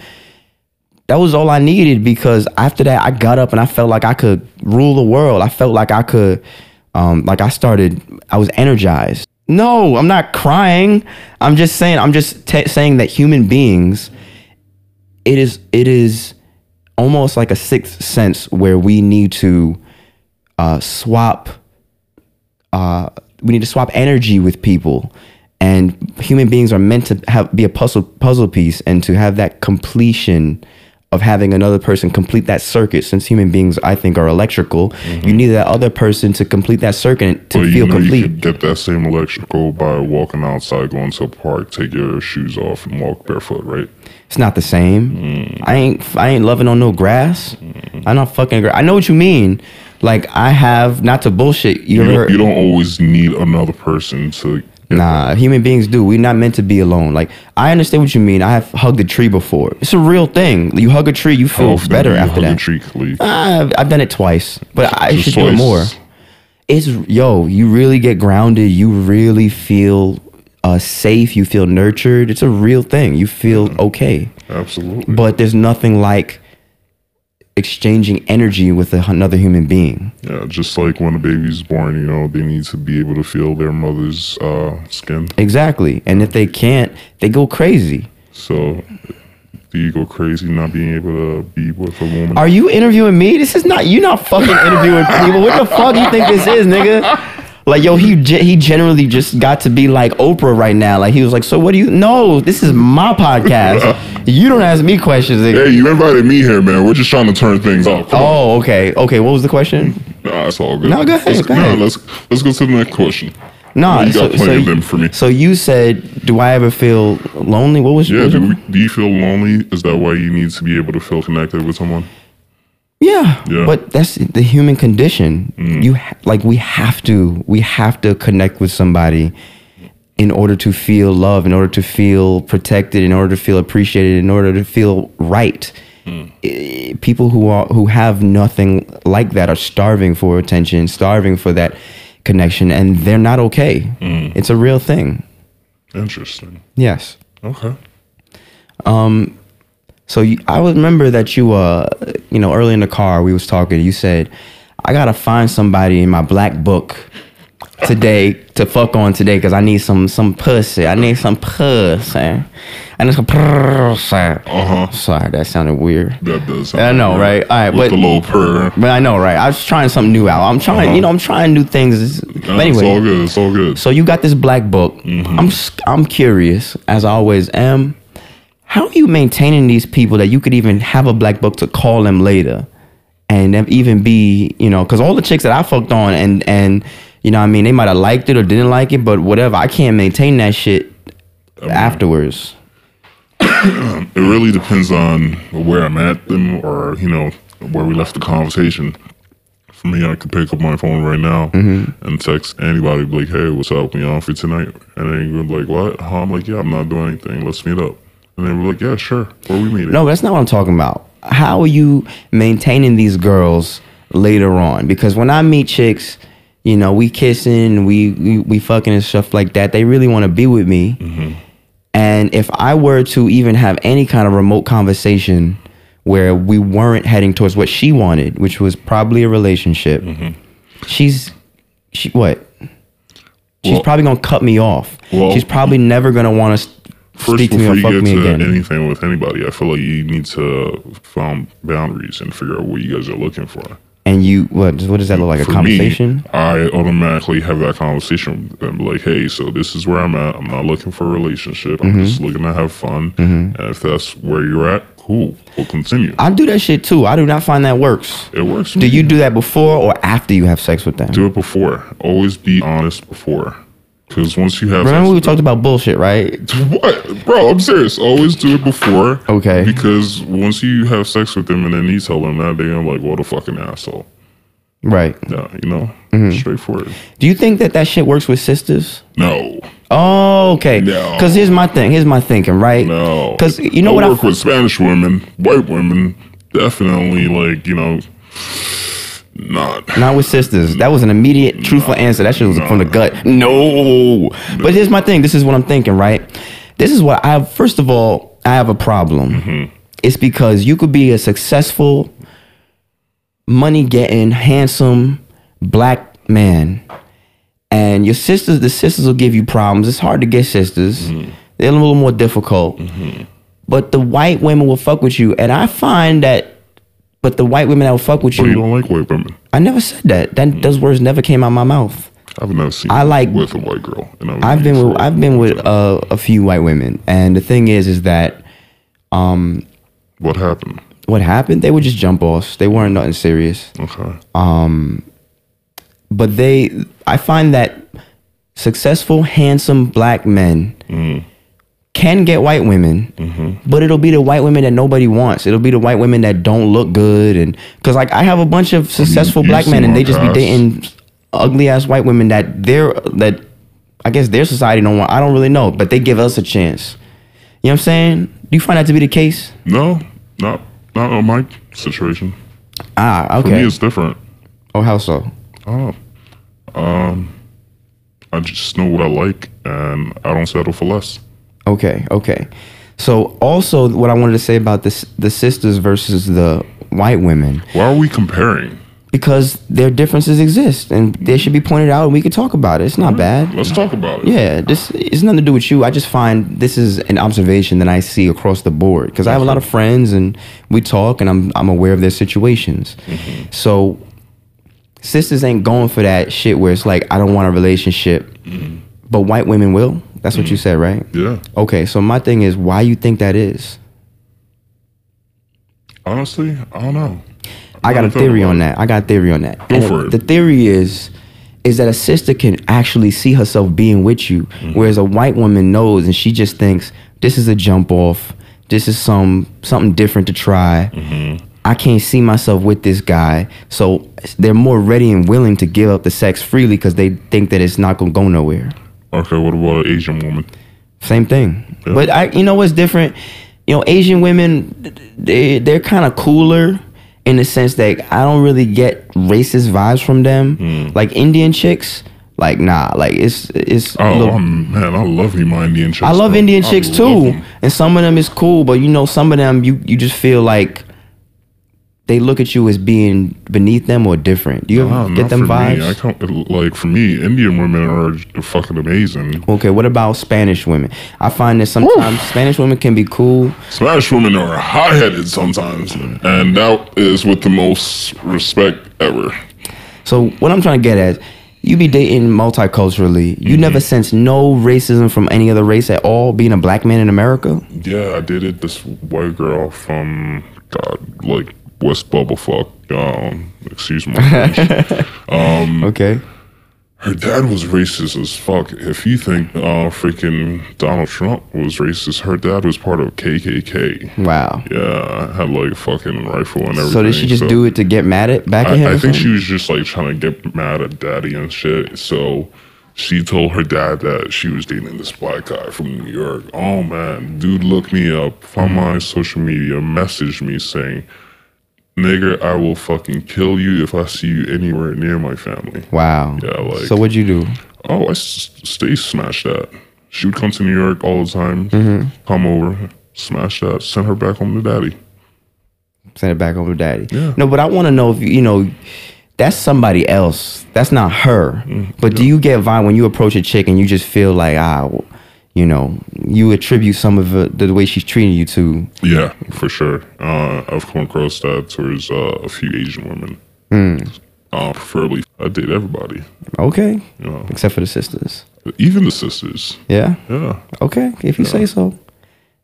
that was all I needed because after that I got up and I felt like I could rule the world. I felt like I could um like I started I was energized. No, I'm not crying. I'm just saying I'm just t- saying that human beings it is it is almost like a sixth sense where we need to uh swap uh we need to swap energy with people and human beings are meant to have be a puzzle puzzle piece and to have that completion of having another person complete that circuit since human beings i think are electrical you need that other person to complete that circuit to
But
feel
Mm-hmm. you know,
complete
you could get that same electrical by walking outside, going to a park, take your shoes off, and walk barefoot, right?
It's not the same.
Mm.
I ain't I ain't loving on no grass. I'm not fucking. Gra- I know what you mean. Like I have not to bullshit. You
You,
ever?
don't- you don't always need another person to.
nah, human beings do. We're not meant to be alone. Like I understand what you mean. I have hugged a tree before. It's a real thing. You hug a tree, you feel
Often
better
you
after
hug a
that.
tree, Khalid.
I've, I've done it twice, but I
Just
should do it
twice.
more. It's yo, you really get grounded. You really feel uh, safe. You feel nurtured. It's a real thing. You feel
Mm.
okay.
Absolutely.
but there's nothing like exchanging energy with a, another human being.
Yeah, just like when a baby's born, you know, they need to be able to feel their mother's uh, skin.
Exactly. And if they can't, they go crazy.
So, do you go crazy not being able to be with a woman?
Are you interviewing me? This is not you. Not fucking interviewing people. What the fuck you think this is, nigga? Like yo, he ge- he generally just got to be like Oprah right now. Like he was like, so what do you? No, this is my podcast. You don't ask me questions. Nigga.
hey, you invited me here, man. We're just trying to turn things up. Come on.
Oh, okay, okay. What was the question?
Nah, it's all good.
Oh. No, go
Let's,
ahead, go ahead.
No, let's let's go to the next question.
No,
you got plenty of them for me.
So you said, do I ever feel lonely? What was?
Yeah,
what-
do, do you feel lonely? Is that why you need to be able to feel connected with someone?
Yeah,
Yeah.
but that's the human condition. You ha- like we have to we have to connect with somebody in order to feel love, in order to feel protected, in order to feel appreciated, in order to feel right. Eh, People who are who have nothing like that are starving for attention, starving for that connection, and they're not okay. It's a real thing.
Interesting.
Yes.
Okay.
So you, I would remember that you, uh, you know, early in the car we was talking. You said, "I gotta find somebody in my black book today to fuck on today because I need some some pussy. I need some pussy. I need some pussy."
Uh huh.
Sorry, that sounded weird.
That does. sound
I know,
weird.
right? All right,
With
but
the little purr.
but I know, right? I was trying something new out. I'm trying, you know, I'm trying new things. But
Nah,
anyway,
it's all good. It's all good.
so you got this black book. I'm s- I'm curious, as I always am. How are you maintaining these people that you could even have a black book to call them later, and them even be you know? Because all the chicks that I fucked on and and you know what I mean they might have liked it or didn't like it, but whatever. I can't maintain that shit afterwards.
It really depends on where I'm at then or, you know, where we left the conversation. For me, I could pick up my phone right now
Mm-hmm.
and text anybody, be like, hey, what's up? We on for tonight? And then you're like, what? Huh? I'm like, yeah, I'm not doing anything. Let's meet up. And they were like, yeah, sure. Where we meeting?
No, that's not what I'm talking about. How are you maintaining these girls later on? Because when I meet chicks, you know, we kissing, we we, we fucking and stuff like that. They really want to be with me.
Mm-hmm.
And if I were to even have any kind of remote conversation where we weren't heading towards what she wanted, which was probably a relationship,
Mm-hmm.
she's she what? She's
Well-
probably gonna cut me off.
Well-
she's probably never gonna want to
First,
speak to me
before
or
you
fuck
get
me
to
again.
anything with anybody, I feel like you need to find boundaries and figure out what you guys are looking for.
and you what? What does that look like? A
for
conversation?
Me, I automatically have that conversation with them, like, "Hey, so this is where I'm at. I'm not looking for a relationship. I'm
Mm-hmm.
just looking to have fun. And if that's where you're at, cool. We'll continue.
I do that shit too. I do not find that works.
it works. for
Do
me.
you do that before or after you have sex with them?
do it before? Always be honest before, because once you have
Remember we
sex
talked about bullshit, right?
with- what, bro? I'm serious. Always do it before.
Okay.
Because once you have sex with them and then you tell them that, they're gonna be like, "What a fucking asshole."
Right.
Yeah, you know,
Mm-hmm.
straightforward.
Do you think that that shit works with sisters?
No,
Oh, okay.
No.
Because here's my thing. Here's my thinking, right?
No.
'Cause you know
I
what I
work
f-
with Spanish women, white women, definitely like, you know, not.
Not with sisters. That was an immediate, truthful answer. That shit was from the gut. No. But here's my thing. This is what I'm thinking, right? This is what I have. First of all, I have a problem. It's because you could be a successful, money getting, handsome black man, and your sisters, the sisters will give you problems. It's hard to get sisters, they're a little more difficult. But the white women will fuck with you. And I find that, but the white women that will fuck with
But
you,
you don't like white women.
I never said that. That those words never came out of my mouth.
I've never seen
I like-
with a white girl. And I was
I've
like,
been with
for-
I've been with uh, a few white women, and the thing is, is that
What happened?
what happened? They would just jump off. They weren't nothing serious,
Okay.
but they I find that successful, handsome black men
Mm.
can get white women,
Mm-hmm.
but it'll be the white women that nobody wants. It'll be the white women that don't look good, and because like I have a bunch of successful
you've
black men,
seen
and they
our
just be
guys.
dating ugly ass white women that they're that I guess their society don't want. I don't really know, but they give us a chance. You know what I'm saying? Do you find that to be the case?
No, not not on my situation.
Ah,
For me,
okay.
it's different.
Oh, how so?
Oh. Um, I just know what I like and I don't settle for less.
Okay, okay. So also, what I wanted to say about this the sisters versus the white women
Why are we comparing?
because their differences exist and they should be pointed out and we could talk about it. It's not bad.
Let's talk about it.
Yeah, this it's nothing to do with you. I just find this is an observation that I see across the board because I have a lot of friends and we talk, and I'm I'm aware of their situations. So sisters ain't going for that shit where it's like I don't want a relationship, but white women will. That's what you said, right?
Yeah.
Okay, so my thing is, why you think that is?
Honestly, I don't know.
I got a
Never thought
theory
about
on that. I got a theory on that. And
for it.
The theory is is that a sister can actually see herself being with you,
Mm-hmm.
whereas a white woman knows and she just thinks this is a jump off. This is some something different to try.
Mm-hmm.
I can't see myself with this guy, so they're more ready and willing to give up the sex freely because they think that it's not gonna go nowhere.
Okay, what about an Asian woman?
Same thing.
Yeah.
But I, you know what's different? You know, Asian women, they they're kind of cooler in the sense that I don't really get racist vibes from them.
Hmm.
Like Indian chicks, like nah, like it's it's. a
Oh
little-
I'm- man, I love me my Indian chicks.
I love
bro.
Indian
I
chicks
love
too,
them.
and some of them is cool, but you know, some of them you you just feel like they look at you as being beneath them or different. Do you
Nah,
ever
not
get them
for
vibes?
Me. I can't, like for me, Indian women are fucking amazing.
Okay, what about Spanish women? I find that sometimes Spanish women can be cool.
Spanish women are high headed sometimes, and that is with the most respect ever.
So what I'm trying to get at You be dating multiculturally. You
Mm-hmm.
never sense no racism from any other race at all. Being a black man in America,
Yeah, I dated this white girl from God, like West Bubblefuck. Um, excuse my French.
okay.
Her dad was racist as fuck. If you think uh, freaking Donald Trump was racist, her dad was part of KKK.
Wow.
Yeah, had like a fucking rifle and everything.
So did she just do it to get mad at back at him?
I, I
or
think
something?
she was just like trying to get mad at daddy and shit. So she told her dad that she was dating this black guy from New York. Oh man, dude, look me up. Find my social media. Message me saying, "Nigger, I will fucking kill you if I see you anywhere near my family."
Wow.
Yeah, like-
so what'd you do?
Oh, I s- stay smashed that. She would come to New York all the time.
Mm-hmm.
Come over, smash that, send her back home to daddy.
Send it back over to daddy.
Yeah.
No, but I want to know if you, you know, that's somebody else. That's not her.
Mm-hmm.
But do you get vibe when you approach a chick and you just feel like ah, w- you know, you attribute some of the, the way she's treating you to?
Yeah, for sure. Uh, I've come across that towards uh, a few Asian women. Uh, preferably, I date everybody,
Okay.
you know,
Except for the sisters.
even the sisters.
Yeah.
Yeah,
Okay. If you say so.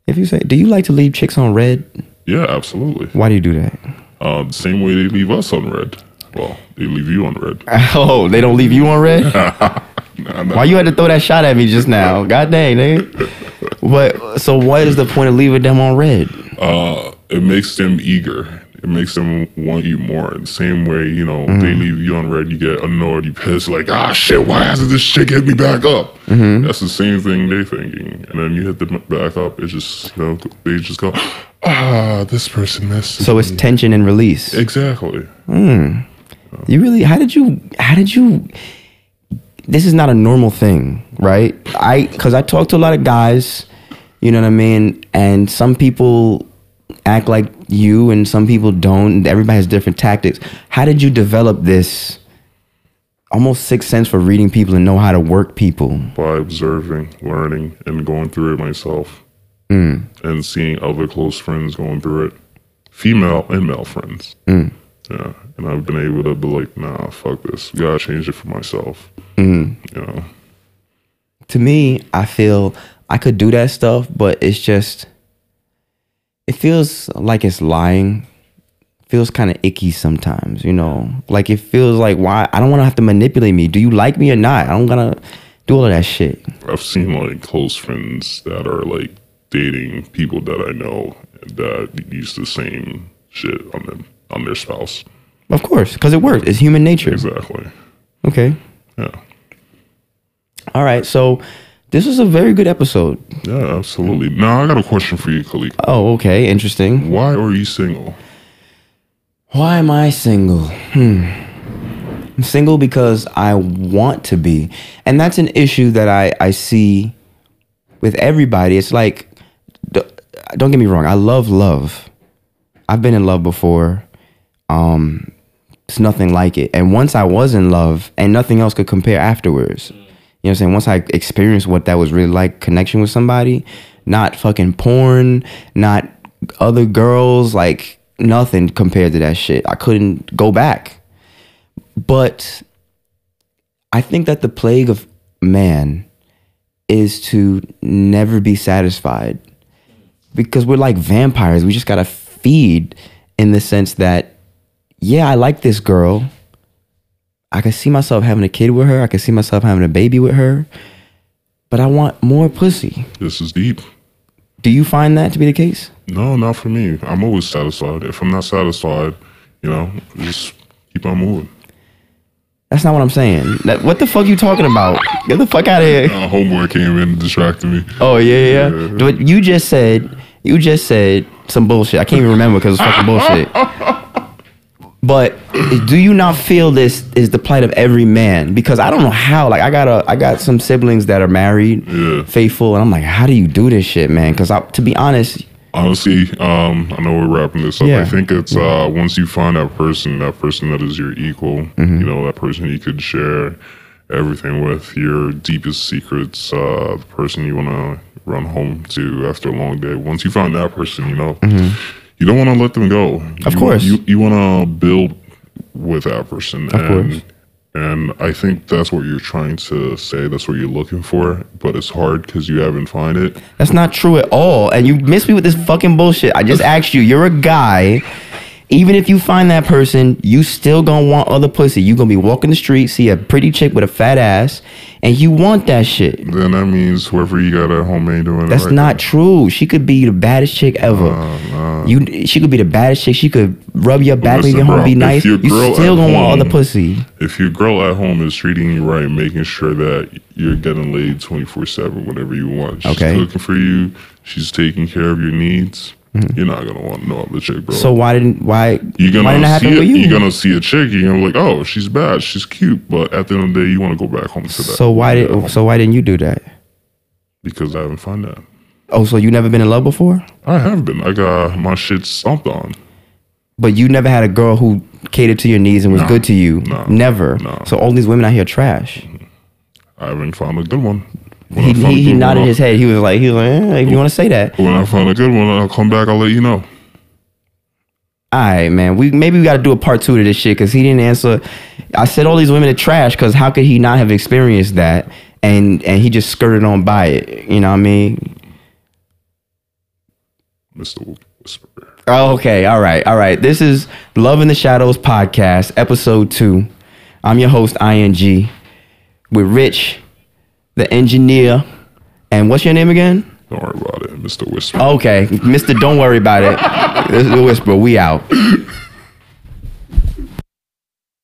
If you say, do you like to leave chicks on red?
yeah, absolutely.
Why do you do that?
Uh, the same way they leave us on red. Well, they leave you on red.
Oh, they don't leave you on red.
Nah, nah.
Why you had to throw that shot at me just now? God dang, nigga. But so what is the point of leaving them on red?
Uh, it makes them eager. It makes them want you more. The same way, you know, they leave you on red, you get annoyed, you pissed, like, ah, shit, why hasn't this shit hit me back up? That's the same thing they thinking. And then you hit them back up, it just, you know, they just go, ah, this person missed.
So it's tension and release.
exactly.
You really how did you how did you this is not a normal thing, right? I cuz I talk to a lot of guys, you know what I mean, and some people act like you and some people don't. Everybody has different tactics. How did you develop this almost sixth sense for reading people and know how to work people?
By observing, learning, and going through it myself and seeing other close friends going through it, female and male friends. Yeah. And I've been able to be like, nah, fuck this. Gotta change it for myself. You know,
to me, I feel I could do that stuff, but it's just it feels like it's lying. Feels kind of icky sometimes, you know. Like it feels like why I don't want to have to manipulate me. Do you like me or not? I don't gonna do all of that shit.
I've seen like close friends that are like dating people that I know that use the same shit on them, on their spouse.
Of course, because it works. It's human nature.
Exactly.
Okay.
Yeah.
All right. So this was a very good episode.
Yeah, absolutely. Now I got a question for you, Khalik.
Oh, okay. Interesting.
Why are you single?
Why am I single? Hmm. I'm single because I want to be. And that's an issue that I, I see with everybody. It's like, d- don't get me wrong, I love love. I've been in love before. Um, it's nothing like it. And once I was in love, and nothing else could compare afterwards. You know what I'm saying? Once I experienced what that was really like, connection with somebody, not fucking porn, not other girls, like nothing compared to that shit. I couldn't go back. But I think that the plague of man is to never be satisfied because we're like vampires. We just gotta feed in the sense that, yeah, I like this girl. I can see myself having a kid with her. I can see myself having a baby with her. But I want more pussy.
This is deep.
Do you find that to be the case?
No, not for me. I'm always satisfied. If I'm not satisfied, you know, just keep on moving.
That's not what I'm saying. That- what the fuck you talking about? Get the fuck out of here.
Uh, homeboy came in and distracted me.
Oh yeah, yeah. yeah. But you just said you just said some bullshit. I can't even remember because it's fucking bullshit. But do you not feel this is the plight of every man? Because I don't know how. Like I got a, I got some siblings that are married,
Yeah.
faithful, and I'm like, how do you do this shit, man? Because I, to be honest,
Honestly, um, I know we're wrapping this up.
Yeah.
I think it's uh, once you find that person, that person that is your equal,
Mm-hmm.
you know, that person you could share everything with, your deepest secrets, uh, the person you want to run home to after a long day. Once you find that person, you know, you don't want to let them go.
Mm-hmm. Of
You-
course.
You, you want to build with that person.
Of
and
course.
And I think that's what you're trying to say. That's what you're looking for, but it's hard because you haven't find it.
That's not true at all. And you miss me with this fucking bullshit. I just asked you. You're a guy. Even if you find that person, you still gonna want other pussy. You gonna be walking the street, see a pretty chick with a fat ass, and you want that shit.
Then that means whoever you got at home ain't doing it
That's
right.
not true. She could be the baddest chick ever.
Uh, uh,
You, she could be the baddest chick. She could rub your back, when
Listen,
you get home,
bro,
be
if
nice.
your
You
girl
still
at
gonna want other
home-
pussy.
if your girl at home is treating you right, making sure that you're getting laid 24 7 whenever you want, she's
Okay.
cooking for you, she's taking care of your needs, you're not going to want no other chick, bro.
Mm-hmm. So why didn't why
you're
why
gonna
didn't it happen
see
with
it,
you?
you? are gonna see a chick, you're gonna be like, oh, she's bad, she's cute, but at the end of the day, you want to go back home to that.
so why
Yeah, home.
did so why didn't you do that?
because I haven't found that.
Oh, so you never been in love before,
I have been. I got my shit stomped on.
but you never had a girl who catered to your needs and was
No,
good to you.
no,
never.
no.
So all these women out here trash.
I haven't found a good one. When
He,
I found a
he, he
good
nodded
one,
his head. He was like, he was like, eh, if you want to say that,
I'll- When I find a good one, I'll come back. I'll let you know.
all right, man. We maybe we got to do a part two to this shit because he didn't answer. I said all these women are trash because how could he not have experienced that? And and he just skirted on by it. You know what I mean?
Mr. Whisperer.
Oh, Okay, all right, all right. This is Love in the Shadows podcast, episode two. I'm your host, ING, with Rich, the engineer, and what's your name again?
Don't worry about it, Mr. Whisperer.
Okay, Mister, don't worry about it. This is the whisper. We out.